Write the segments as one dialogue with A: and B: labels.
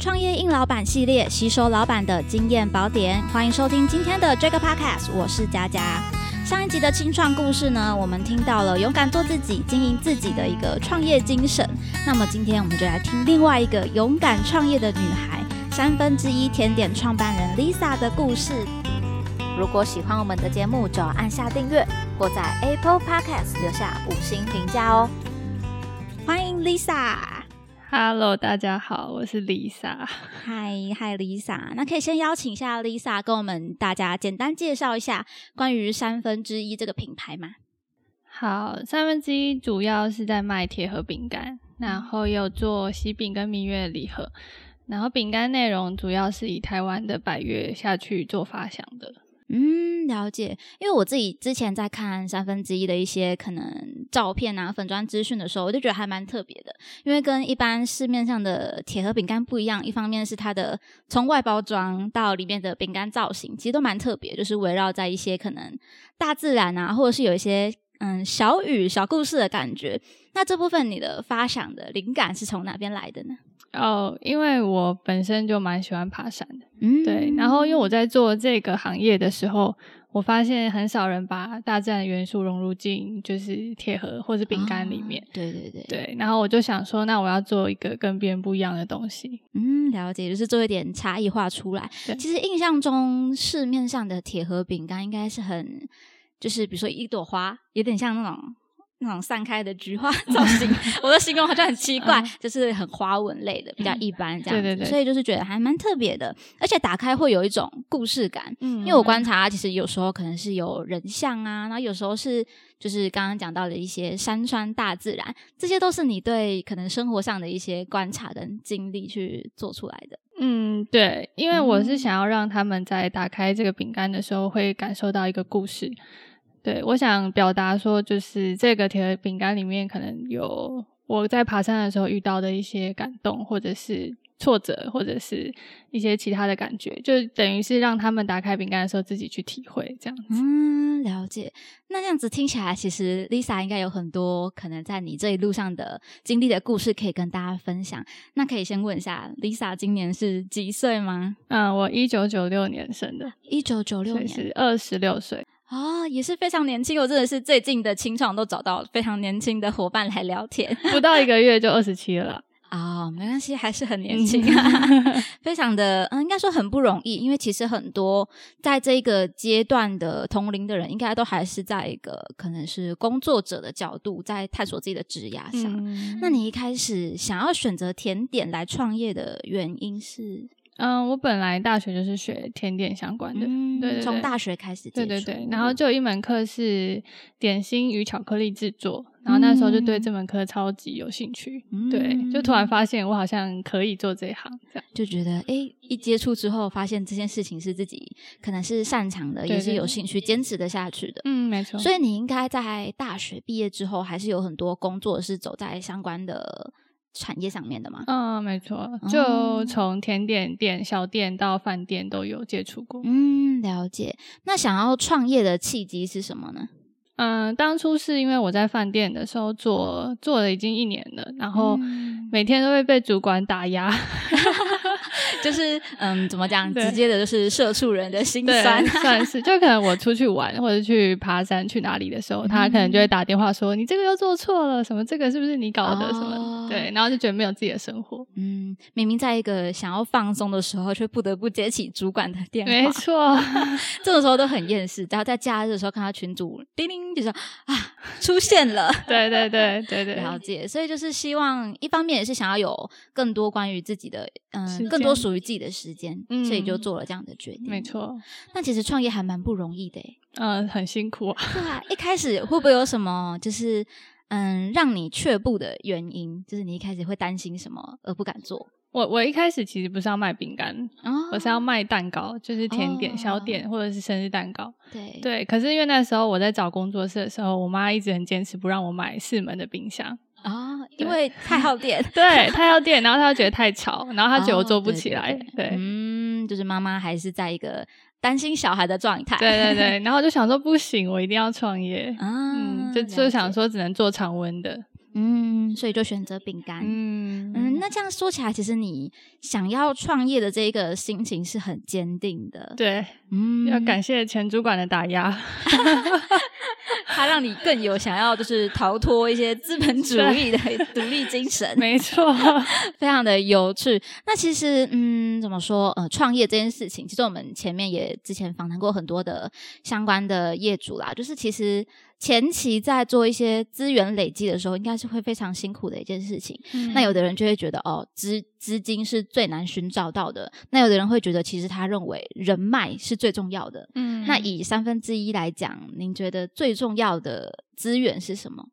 A: 创业硬老板系列，吸收老板的经验宝典。欢迎收听今天的这个 Podcast，我是佳佳。上一集的清创故事呢，我们听到了勇敢做自己、经营自己的一个创业精神。那么今天我们就来听另外一个勇敢创业的女孩，三分之一甜点创办人 Lisa 的故事。如果喜欢我们的节目，就要按下订阅或在 Apple Podcast 留下五星评价哦。欢迎 Lisa。
B: Hello，大家好，我是 Lisa。
A: 嗨嗨，Lisa，那可以先邀请一下 Lisa 跟我们大家简单介绍一下关于三分之一这个品牌嘛？
B: 好，三分之一主要是在卖铁盒饼干，然后有做喜饼跟蜜月礼盒，然后饼干内容主要是以台湾的百越下去做发想的。
A: 嗯，了解。因为我自己之前在看三分之一的一些可能照片啊、粉砖资讯的时候，我就觉得还蛮特别的，因为跟一般市面上的铁盒饼干不一样。一方面是它的从外包装到里面的饼干造型，其实都蛮特别，就是围绕在一些可能大自然啊，或者是有一些嗯小雨、小故事的感觉。那这部分你的发想的灵感是从哪边来的呢？
B: 哦，因为我本身就蛮喜欢爬山的，
A: 嗯，
B: 对。然后因为我在做这个行业的时候，我发现很少人把大自然的元素融入进就是铁盒或是饼干里面。
A: 哦对对对，
B: 对，然后我就想说，那我要做一个跟别人不一样的东西。
A: 嗯，了解，就是做一点差异化出来。
B: 对
A: 其实印象中市面上的铁盒饼干应该是很，就是比如说一朵花，有点像那种那种散开的菊花 造 型，我的形容好像很奇怪，就是很花纹类的，比较一般这样子。
B: 嗯对对对
A: 所以就是觉得还蛮特别的，而且打开会有一种故事感。
B: 嗯
A: 因为我观察，其实有时候可能是有人像啊，然后有时候是就是刚刚讲到的一些山川、大自然，这些都是你对可能生活上的一些观察跟经历去做出来的。
B: 嗯，对，因为我
A: 嗯
B: 是想要让他们在打开这个饼干的时候，会感受到一个故事。对我想表达说，就是这个铁盒饼干里面可能有我在爬山的时候遇到的一些感动，或者是挫折，或者是一些其他的感觉，就等于是让他们打开饼干的时候自己去体会这样子。
A: 嗯，了解。那这样子听起来，其实 Lisa 应该有很多可能在你这一路上的经历的故事可以跟大家分享。那可以先问一下，Lisa 今年是几岁吗？
B: 嗯，我一九九六年生的，
A: 一九九六
B: 所以
A: 年
B: 是二十六岁。
A: 哦，也是非常年轻。我真的是最近的清创都找到非常年轻的伙伴来聊天。
B: 不到一个月就二十七了啦。
A: 哦，没关系，还是很年轻、 非常的，嗯，应该说很不容易，因为其实很多在这个阶段的同龄的人，应该都还是在一个可能是工作者的角度，在探索自己的职涯上。
B: 嗯，
A: 那你一开始想要选择甜点来创业的原因是？
B: 嗯，我本来大学就是学甜点相关的，
A: 嗯
B: 对对对
A: 从大学开始接
B: 对
A: 触，
B: 对对，然
A: 嗯
B: 后就有一门课是点心与巧克力制作，然后那时候就对这门课超级有兴趣，
A: 嗯
B: 对，就突然发现我好像可以做这一行，这样，
A: 就觉得，诶，一接触之后发现这件事情是自己可能是擅长的，
B: 对
A: 也是
B: 对
A: 有
B: 对
A: 兴趣、坚持的下去的。
B: 嗯，没错，
A: 所
B: 以
A: 以你应该在大学毕业之后，还是有很多工作是走在相关的产业上面的嘛？
B: 嗯，没错，
A: 哦
B: 就从甜点店、小店到饭店都有接触过，
A: 嗯，了解。那想要创业的契机是什么呢？
B: 嗯，当初是因为我在饭店的时候做做了已经一年了，然后
A: 嗯
B: 每天都会被主管打压，
A: 就是嗯，怎么讲，
B: 对
A: 直接的就是社畜人的心
B: 对，
A: 酸。
B: 算是，就可能我出去玩或者去爬山去哪里的
A: 嗯
B: 时候，他可能就会打电话说：“你这个又做错了，什么这个是不是你搞的？什么、
A: 哦
B: 对。”然后就觉得没有自己的生活，
A: 嗯，明明在一个想要放松的时候，却不得不接起主管的电
B: 没
A: 话，
B: 错，
A: 这种时候都很厌世。然后在假日的时候看到群主叮铃，就说啊，出现了。
B: 对对对对对，
A: 了解，所以就是希望一方面也是想要有更多关于自己的，嗯、
B: 时间
A: 更多属于自己的时间，
B: 嗯
A: 所以就做了这样的决定。
B: 没，错，
A: 那其实创业还蛮不容易的诶，
B: 嗯，很辛苦 啊。
A: 对啊，一开始会不会有什么就是嗯让你却步的原因？就是你一开始会担心什么而不敢做？
B: 我我一开始其实不是要卖饼干，
A: 哦
B: 我是要卖蛋糕，就是甜点、
A: 哦
B: 小点或者是生日蛋糕。
A: 对
B: 对，可是因为那时候我在找工作室的时候，我妈一直很坚持不让我买四门的 冰箱，。
A: 哦，因为太耗电
B: 对她要电，然后她又觉得太吵，然后她觉得我
A: 哦
B: 做不
A: 对
B: 起
A: 对
B: 来， 对。
A: 嗯，就是妈妈还是在一个担心小孩的状态。
B: 对对对，然后我就想说不行，我一定要创业。
A: 啊，
B: 嗯，就
A: 了
B: 就
A: 解
B: 想说只能做常温的，
A: 嗯，所以就选择饼干。嗯
B: 嗯
A: 那这样说起来，其实你想要创业的这一个心情是很坚定的。
B: 对，
A: 嗯
B: 要感 谢前主管的打 压，
A: 它让你更有想要就是逃脱一些资本主义的独立精神，
B: 没错，
A: 非常的有趣。那其实，嗯，怎么说？呃，创业这件事情，其实我们前面也之前访谈过很多的相关的业主啦，就是其实前期在做一些资源累积的时候，应该是会非常辛苦的一件事情。 那有的人就会觉得哦，资资金是最难寻找到的。那有的人会觉得，其实他认为人脉是最重要的。
B: 嗯
A: 那以三分之一来讲，您觉得最重要的资源是什么？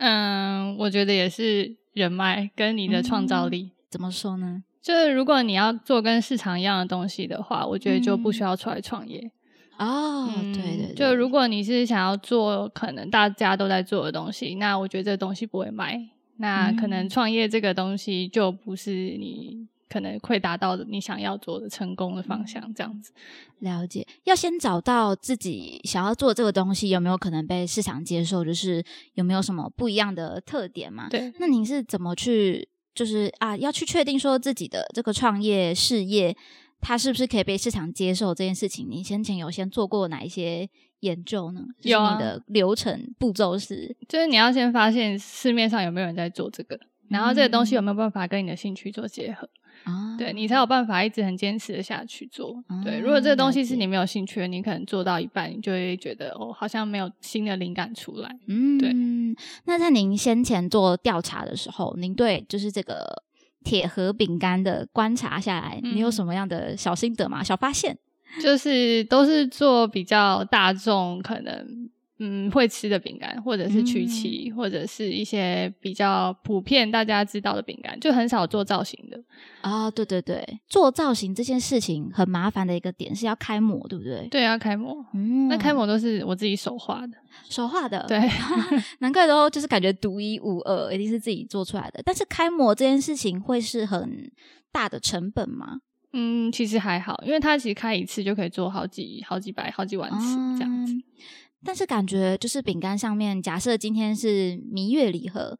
B: 嗯，我觉得也是人脉跟你的创
A: 嗯
B: 造力。
A: 怎么说呢？
B: 就是如果你要做跟市场一样的东西的话，我觉得就不
A: 嗯
B: 需要出来创业。
A: 哦，
B: 嗯
A: 对对对，
B: 就如果你是想要做可能大家都在做的东西，那我觉得这东西不会卖。那可能
A: 嗯
B: 创业这个东西就不是你可能会达到的你想要做的成功的方
A: 嗯
B: 向，这样子。
A: 了解，要先找到自己想要做这个东西有没有可能被市场接受，就是有没有什么不一样的特点嘛？
B: 对，
A: 那您是怎么去，就是啊，要去确定说自己的这个创业事业，它是不是可以被市场接受这件事情？你先前有先做过哪一些研究呢？就是
B: 有啊
A: 你的流程步骤是
B: 就是你要先发现市面上有没有人在做这个，然后这个东西有
A: 嗯
B: 没有办法跟你的兴趣做结合。
A: 啊，
B: 对你才有办法一直很坚持的下去做。对，
A: 哦
B: 如果这个东西
A: 了解
B: 是你没有兴趣的，你可能做到一半，你就会觉得哦，好像没有新的灵感出来。
A: 嗯，
B: 对。
A: 那在您先前做调查的时候，您对就是这个铁盒饼干的观察下来，你有
B: 嗯
A: 什么样的小心得吗？小发现？
B: 就是都是做比较大众可能。嗯，会吃的饼干，或者是曲奇，或者是一些比较普遍大家知道的饼干，就很少做造型的。
A: 哦，对对对，做造型这件事情很麻烦的一个点是要开模，对不对？
B: 对，啊要开模，
A: 嗯，
B: 那开模都是我自己手画的。
A: 手画的，
B: 对，
A: 难怪都就是感觉独一无二，一定是自己做出来的。但是开模这件事情会是很大的成本吗？
B: 嗯，其实还好，因为它其实开一次就可以做好几、好几百、好几万次这样子。
A: 嗯但是感觉就是饼干上面，假设今天是蜜月礼盒，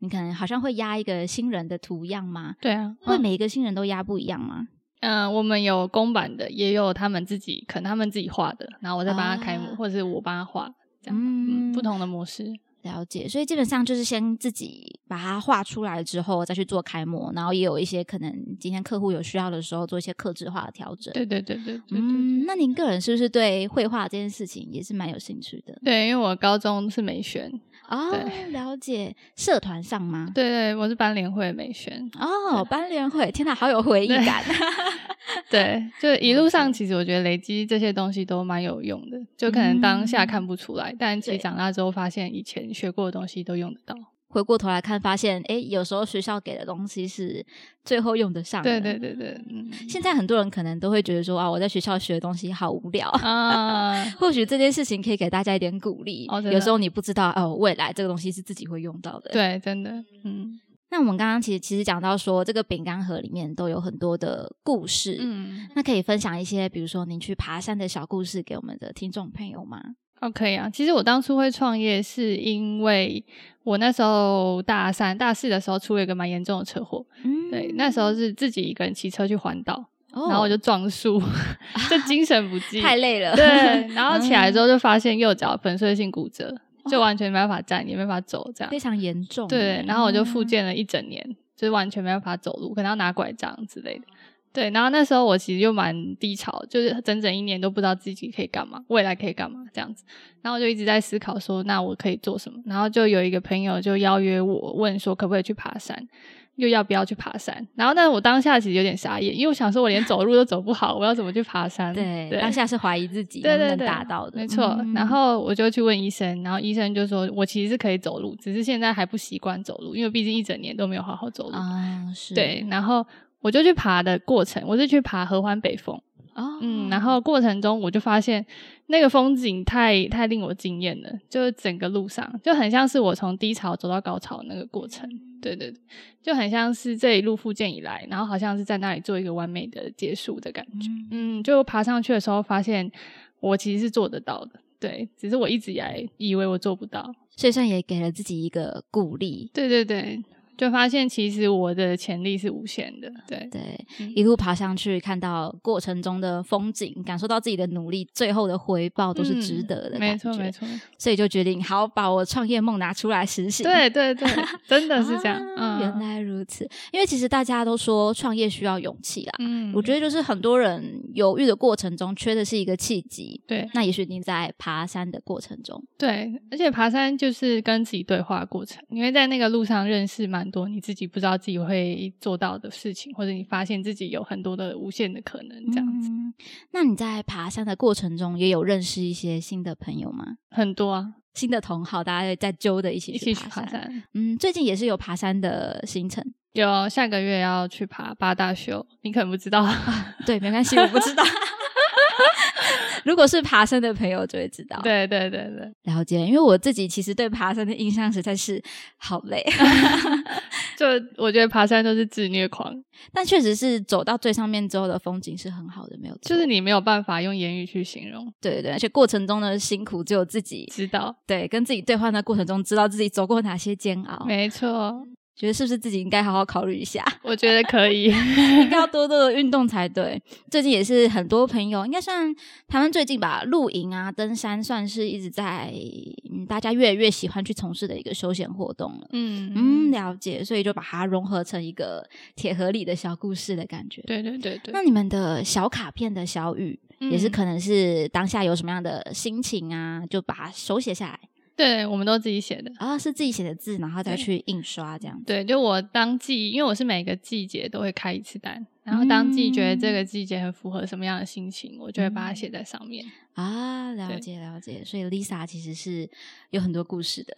A: 你可能好像会压一个新人的图样吗？
B: 对啊，
A: 会
B: 嗯
A: 每一个新人都压不一样吗？
B: 嗯，我们有公版的，也有他们自己，可能他们自己画的，然后我再帮他开模，
A: 啊
B: 或者是我帮他画，这样，
A: 嗯
B: 嗯，不同的模式。
A: 了解，所以基本上就是先自己把它画出来之后，再去做开模，然后也有一些可能今天客户有需要的时候做一些克制化的调整。
B: 对对对对对对
A: 嗯，那您个人是不是对绘画这件事情也是蛮有兴趣的？
B: 对，因为我高中是美宣，
A: 哦，
B: 对
A: 了解，社团上吗？
B: 对对，我是班联会美 宣，
A: 哦，班联会，天哪，好有回忆
B: 对
A: 感。啊
B: 对，就一路上其实我觉得累积这些东西都蛮有用的，就可能当下看不出来，但其
A: 嗯对
B: 实长大之后发现以前学过的东西都用得到。
A: 回过头来看，发现诶，有时候学校给的东西是最后用得上的。
B: 对对。对对， 嗯
A: 现在很多人可能都会觉得说啊，我在学校学的东西好无聊。
B: 啊，
A: 或许这件事情可以给大家一点鼓励。
B: 哦真的
A: 有时候你不知道哦，未来这个东西是自己会用到的。。
B: 对，真的， 嗯
A: 那我们刚刚其实其实讲到说，这个饼干盒里面都有很多的故事。。
B: 嗯，
A: 那可以分享一些，比如说您去爬山的小故事给我们的听众朋友吗？
B: 哦，可以啊。其实我当初会创业，是因为我那时候大三、大四的时候出了一个蛮严重的车祸。
A: 嗯
B: 对，那时候是自己一个人骑车去环岛，
A: 哦
B: 然后我就撞树， 就精神 不济。
A: 太累了。
B: 对，然后起来之后就发现右脚粉碎性骨折，就完全没办法站，也没办法走，这
A: 嗯
B: 样
A: 非。常严重。
B: 对，然后我就复
A: 哦嗯
B: 健了一整年，就是完全没办法走路，可能要拿拐杖之类的。对，然后那时候我其实就蛮低潮，就是整整一年都不知道自己可以干嘛，未来可以干嘛这样子。然后我就一直在思考说，那我可以做什么？然后就有一个朋友就邀约我，问说可不可以去爬山，又要不要去爬山？然后，但我当下其实有点傻眼，因为我想说我连走路都走不好，我要怎么去爬山？
A: 对，
B: 对，
A: 当下是怀疑自己
B: 对
A: 能不
B: 对
A: 能
B: 对，
A: 达到的，
B: 没错。
A: 嗯
B: 然后我就去问医生，然后医生就说我其实是可以走路，只是现在还不习惯走路，因为毕竟一整年都没有好好走路。
A: 啊是
B: 对，然后我就去爬的过程，我是去爬合欢北峰，
A: 哦
B: 嗯，然后过程中我就发现那个风景太太令我惊艳了，就是整个路上就很像是我从低潮走到高潮那个过程，对对对，就很像是这一路复健以来，然后好像是在那里做一个完美的结束的感觉。
A: 嗯
B: 嗯，就爬上去的时候发现我其实是做得到的，对，只是我一直以来以为我做不到。
A: 所以算也给了自己一个鼓励。
B: 对对对，就发现其实我的潜力是无限的。对，
A: 对，
B: 嗯
A: 一路爬上去，看到过程中的风景，感受到自己的努力，最后的回报都是值得的
B: 嗯没
A: 感
B: 错
A: 觉。
B: 没错，
A: 所以就决定好把我创业梦拿出来实行。
B: 对对 对，真的是这样。
A: 啊
B: 嗯，
A: 原来如此。因为其实大家都说创业需要勇气啦，
B: 嗯，
A: 我觉得就是很多人犹豫的过程中缺的是一个契机。
B: 对
A: 那也许你在爬山的过程中，
B: 对，而且爬山就是跟自己对话的过程，你会在那个路上认识蛮多你自己不知道自己会做到的事情，或者你发现自己有很多的无限的可能，这样子、
A: 嗯那你在爬山的过程中也有认识一些新的朋友吗？
B: 很多啊，
A: 新的同好，大家在揪的一起
B: 一起
A: 去
B: 去爬
A: 山。
B: 山。
A: 嗯，最近也是有爬山的行程。
B: 有下个月要去爬八大秀，你可能不知
A: 哦
B: 道，啊
A: 对，没关系，我不知道。 如果是爬山的朋友就会知道，
B: 对对对对，
A: 了解。因为我自己其实对爬山的印象实在是好 累，
B: 就我觉得爬山都是自虐狂，
A: 但确实是走到最上面之后的风景是很好的，没有错。
B: 就是你没有办法用言语去形容，
A: 对对对，而且过程中的辛苦只有自己
B: 知道？
A: 对跟自己对话的过程中，知道自己走过哪些煎熬，
B: 没错，
A: 觉得是不是自己应该好好考虑一下。
B: 我觉得可以。
A: 应该要多多的运动才对。最近也是很多朋友，应该算台湾最近吧，露营啊、登山算是一直在嗯大家越来越喜欢去从事的一个休闲活动了。嗯，
B: 嗯，
A: 了解，所以就把它融合成一个铁盒里的小故事的感觉。
B: 对对对对，
A: 那你们的小卡片的小语、
B: 嗯
A: 也是可能是当下有什么样的心情啊，就把它手写下来，
B: 对，我们都自己写的。
A: 然后是自己写的字，然后再
B: 对
A: 去印刷这样子。
B: 对，就我当季，因为我是每个季节都会开一次单，然后当季觉得
A: 嗯
B: 这个季节很符合什么样的心情，我就会把它写在上面。
A: 啊，了
B: 对
A: 解了解，所以 Lisa 其实是有很多故事 的，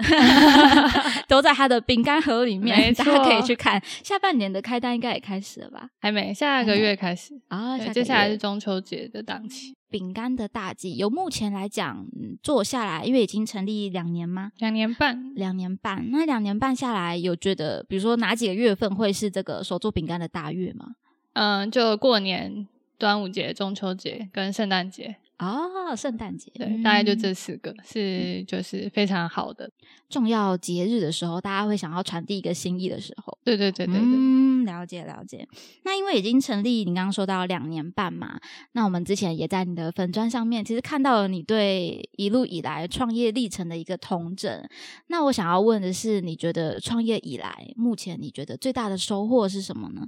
A: 都在她的饼干盒里面，
B: 没
A: 大家可以
B: 错
A: 去看。下半年的开单应该也开始了吧？
B: 还没，下个月开始，
A: 啊，哦
B: 对，
A: 下
B: 接
A: 个
B: 下来
A: 月
B: 是中秋节的档期，
A: 饼干的大计，由目前来讲、嗯做下来，因为已经成立两年吗？
B: 两年半。
A: 两年半，那两年半下来，有觉得比如说哪几个月份会是这个手做饼干的大月吗？
B: 嗯，就过年、端午节、中秋节跟圣诞节，
A: 哦，圣诞节，
B: 对，大概就
A: 嗯
B: 这四个是就是非常好的。
A: 重要节日的时候，大家会想要传递一个心意的时候。
B: 对对对对对，
A: 嗯，了解了解。那因为已经成立，你刚刚说到两年半嘛，那我们之前也在你的粉砖上面，其实看到了你对一路以来创业历程的一个统整。那我想要问的是，你觉得创业以来，目前你觉得最大的收获是什么呢？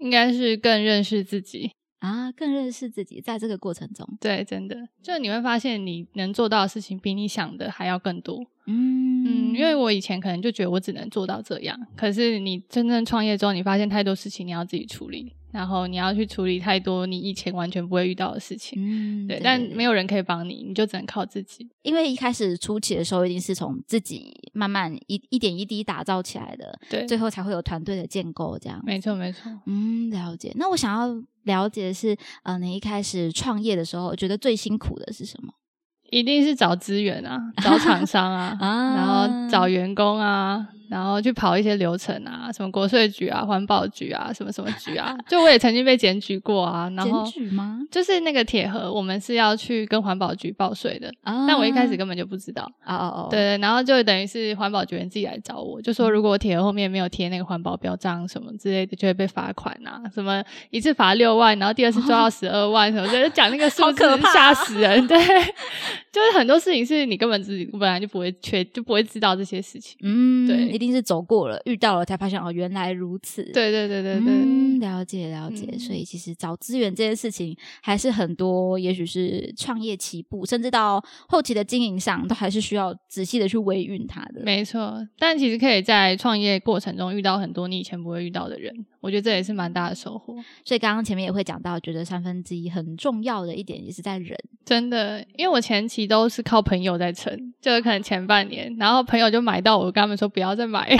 B: 应该是更认识自己。
A: 啊，更认识自己，在这个过程中，
B: 对，真的，就你会发现你能做到的事情比你想的还要更多。
A: 嗯
B: 嗯，因为我以前可能就觉得我只能做到这样，可是你真正创业之后，你发现太多事情你要自己处理，然后你要去处理太多你以前完全不会遇到的事情。
A: 嗯，
B: 对，但
A: 对
B: 没有人可以帮你，你就只能靠自己。
A: 因为一开始初期的时候，一定是从自己慢慢一一点一滴打造起来的，
B: 对，
A: 最后才会有团队的建构，这样
B: 没错没错。
A: 嗯，了解。那我想要了解的是，呃，你一开始创业的时候，觉得最辛苦的是什么？
B: 一定是找资源啊，找厂商啊，
A: 啊
B: 然后找员工啊，然后去跑一些流程啊，什么国税局啊、环保局啊、什么什么局啊。就我也曾经被检举过啊，然后
A: 检举吗？
B: 就是那个铁盒，我们是要去跟环保局报税的，
A: 啊
B: 但我一开始根本就不知道。
A: 哦哦嗯哦，，
B: 对，然后就等于是环保局人自己来找我，就说如果我铁盒后面没有贴那个环保标章什么之类的，就会被罚款啊，什么一次罚六万，然后第二次抓到十二万什么之类 的，就讲那个数
A: 好可
B: 字
A: 怕
B: 吓
A: 啊
B: 死人。对， 就是很多事情是你根本自己本来就不会缺，就不会知道这些事情。
A: 嗯，
B: 对
A: 一定是走过了，遇到了才发现哦，原来如此。，
B: 对对对对对，
A: 嗯，了解了解。
B: 嗯
A: 所以其实找资源这件事情，还是很多，也许是创业起步，甚至到后期的经营上，都还是需要仔细的去维运它的。
B: 没错。但其实可以在创业过程中遇到很多你以前不会遇到的人，我觉得这也是蛮大的收获。
A: 所以刚刚前面也会讲到，觉得三分之一很重要的一点，也是在人。
B: 真的，因为我前期都是靠朋友在撑，就是可能前半年，然后朋友就买到我，跟他们说不要再买，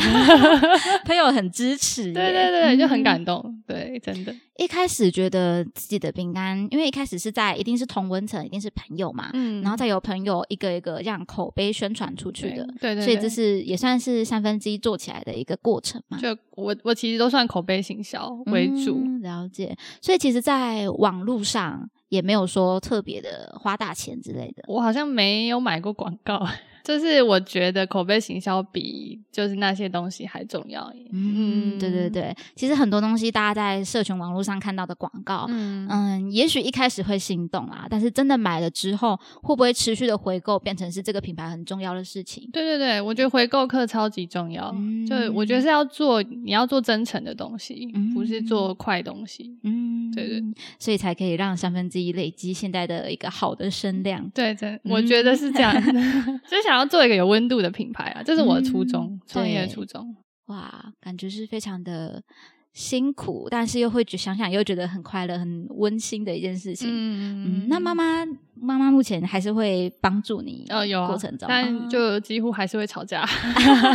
A: 朋友很支持耶，
B: 对对对，就很
A: 嗯
B: 感动，对，真的，
A: 一开始觉得自己的饼干，因为一开始是在一定是同温层，一定是朋友嘛，
B: 嗯
A: 然后再由朋友一个一个让口碑宣传出去的，
B: 对对对，
A: 所以这是也算是三分之一做起来的一个过程嘛。
B: 就我
A: 嗯
B: 我其实都算口碑行销为主，
A: 嗯了解。所以其实，在网络上也没有说特别的花大钱之类的。
B: 我好像没有买过广告， 就是我觉得口碑行销比就是那些东西还重要。
A: 嗯，对对，对，其实很多东西大家在社群网络上看到的广告，
B: 嗯，
A: 嗯，也许一开始会心动啦，但是真的买了之后，会不会持续的回购，变成是这个品牌很重要的事情？
B: 对对对，我觉得回购课超级重要，
A: 嗯
B: 就我觉得是要做你要做真诚的东西，
A: 嗯
B: 不是做快东西。
A: 嗯，
B: 对对，
A: 所以才可以让三分之一累积现在的一个好的声量。
B: 对，真
A: 嗯
B: 我觉得是这样， 就想要做一个有温度的品牌啊，这是我的初衷
A: 嗯，
B: 创业的
A: 对
B: 初衷。
A: 哇，感觉是非常的辛苦，但是又会觉想想又觉得很快乐、很温馨的一件事情。嗯
B: 嗯
A: 那妈妈妈妈目前还是会帮助你
B: 哦有啊
A: 过程中，
B: 但
A: 哦
B: 就几乎还是会吵架。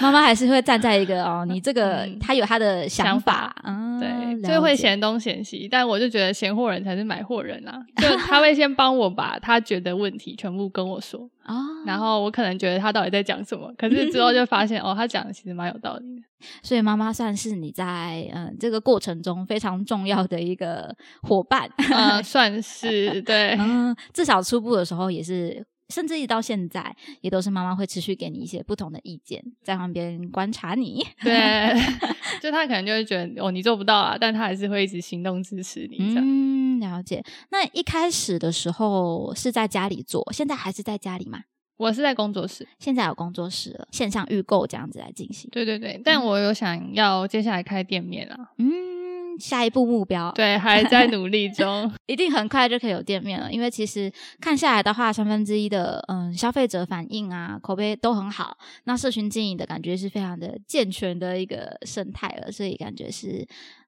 A: 妈妈还是会站在一个 哦，你这个
B: 嗯
A: 她有她的想
B: 想
A: 法
B: 法，
A: 嗯，
B: 对，
A: 了
B: 就会
A: 解
B: 嫌东嫌西，但我就觉得嫌货人才是买货人啦、就他会先帮我把他觉得问题全部跟我说，
A: 哦，
B: 然后我可能觉得他到底在讲什么，可是之后就发现哦，他讲的其实蛮有道理的。
A: 所以妈妈算是你在嗯这个过程中非常重要的一个伙伴，
B: 呃，算是对，
A: 嗯，至少初步的时候也是，甚至一直到现在，也都是妈妈会持续给你一些不同的意见，在旁边观察你。
B: 对，就他可能就会觉得哦，你做不到啊，但他还是会一直行动支持你这样。
A: 嗯，了解。那一开始的时候是在家里做，现在还是在家里嘛？
B: 我是在工作室，
A: 现在有工作室了，线上预购这样子来进行。
B: 对对对，但我有想要接下来开店面啊，
A: 嗯，下一步目标，，
B: 对，还在努力 中。
A: 一定很快就可以有店面了，因为其实看下来的话，三分之一的嗯消费者反应啊，口碑都很好，那社群经营的感觉是非常的健全的一个生态了，所以感觉是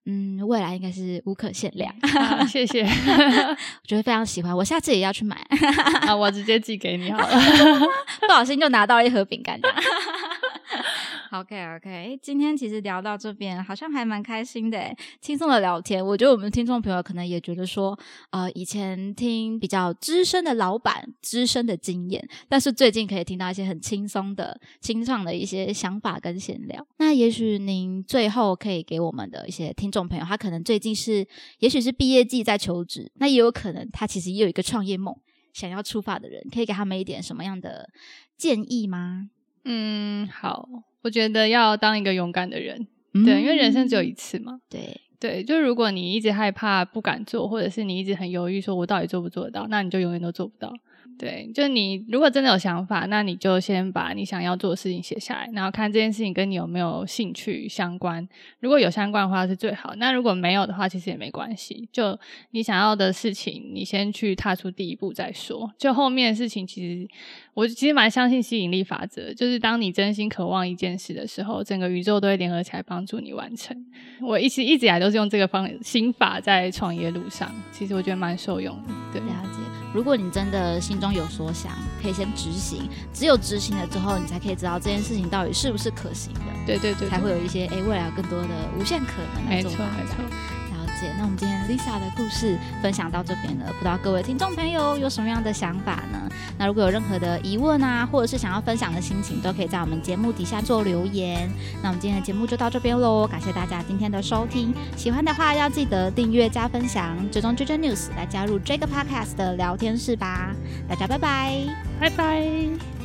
A: 嗯未来应该是无可限量，
B: 啊谢谢
A: 我觉得非常喜欢，我下次也要去买，
B: 啊，我直接寄给你好了。
A: 不小心就拿到了一盒饼干这样。OK OK，今天其实聊到这边，好像还蛮开心的诶，轻松的聊天。我觉得我们听众朋友可能也觉得说，呃，以前听比较资深的老板资深的经验，但是最近可以听到一些很轻松的、清爽的一些想法跟闲聊。那也许您最后可以给我们的一些听众朋友，他可能最近是，也许是毕业季在求职，那也有可能他其实也有一个创业梦想要出发的人，可以给他们一点什么样的建议吗？
B: 嗯，好，我觉得要当一个勇敢的人，
A: 嗯
B: 对，因为人生只有一次嘛。
A: 对，
B: 对，就如果你一直害怕不敢做，或者是你一直很犹豫，说我到底做不做得到，那你就永远都做不到。对，就你如果真的有想法，那你就先把你想要做的事情写下来，然后看这件事情跟你有没有兴趣相关。如果有相关的话是最好，那如果没有的话，其实也没关系。就你想要的事情，你先去踏出第一步再说。就后面的事情，其实我其实蛮相信吸引力法则，就是当你真心渴望一件事的时候，整个宇宙都会联合起来帮助你完成。我一直一直以来都是用这个方心法在创业路上，其实我觉得蛮受用的。对，
A: 了解。如果你真的心中有所想，可以先执行。只有执行了之后，你才可以知道这件事情到底是不是可行的，
B: 对对对，
A: 才会有一些诶未来有更多的无限可能
B: 没
A: 的
B: 错
A: 做法
B: 没
A: 展
B: 错。。
A: 了解。那我们今天 Lisa 的故事分享到这边了，不知道各位听众朋友有什么样的想法呢？那如果有任何的疑问啊，或者是想要分享的心情，都可以在我们节目底下做留言。那我们今天的节目就到这边喽，感谢大家今天的收听。喜欢的话要记得订阅加分享，追踪 JJ News 来加入这个 Podcast 的聊天室吧。大家拜拜。
B: 拜拜。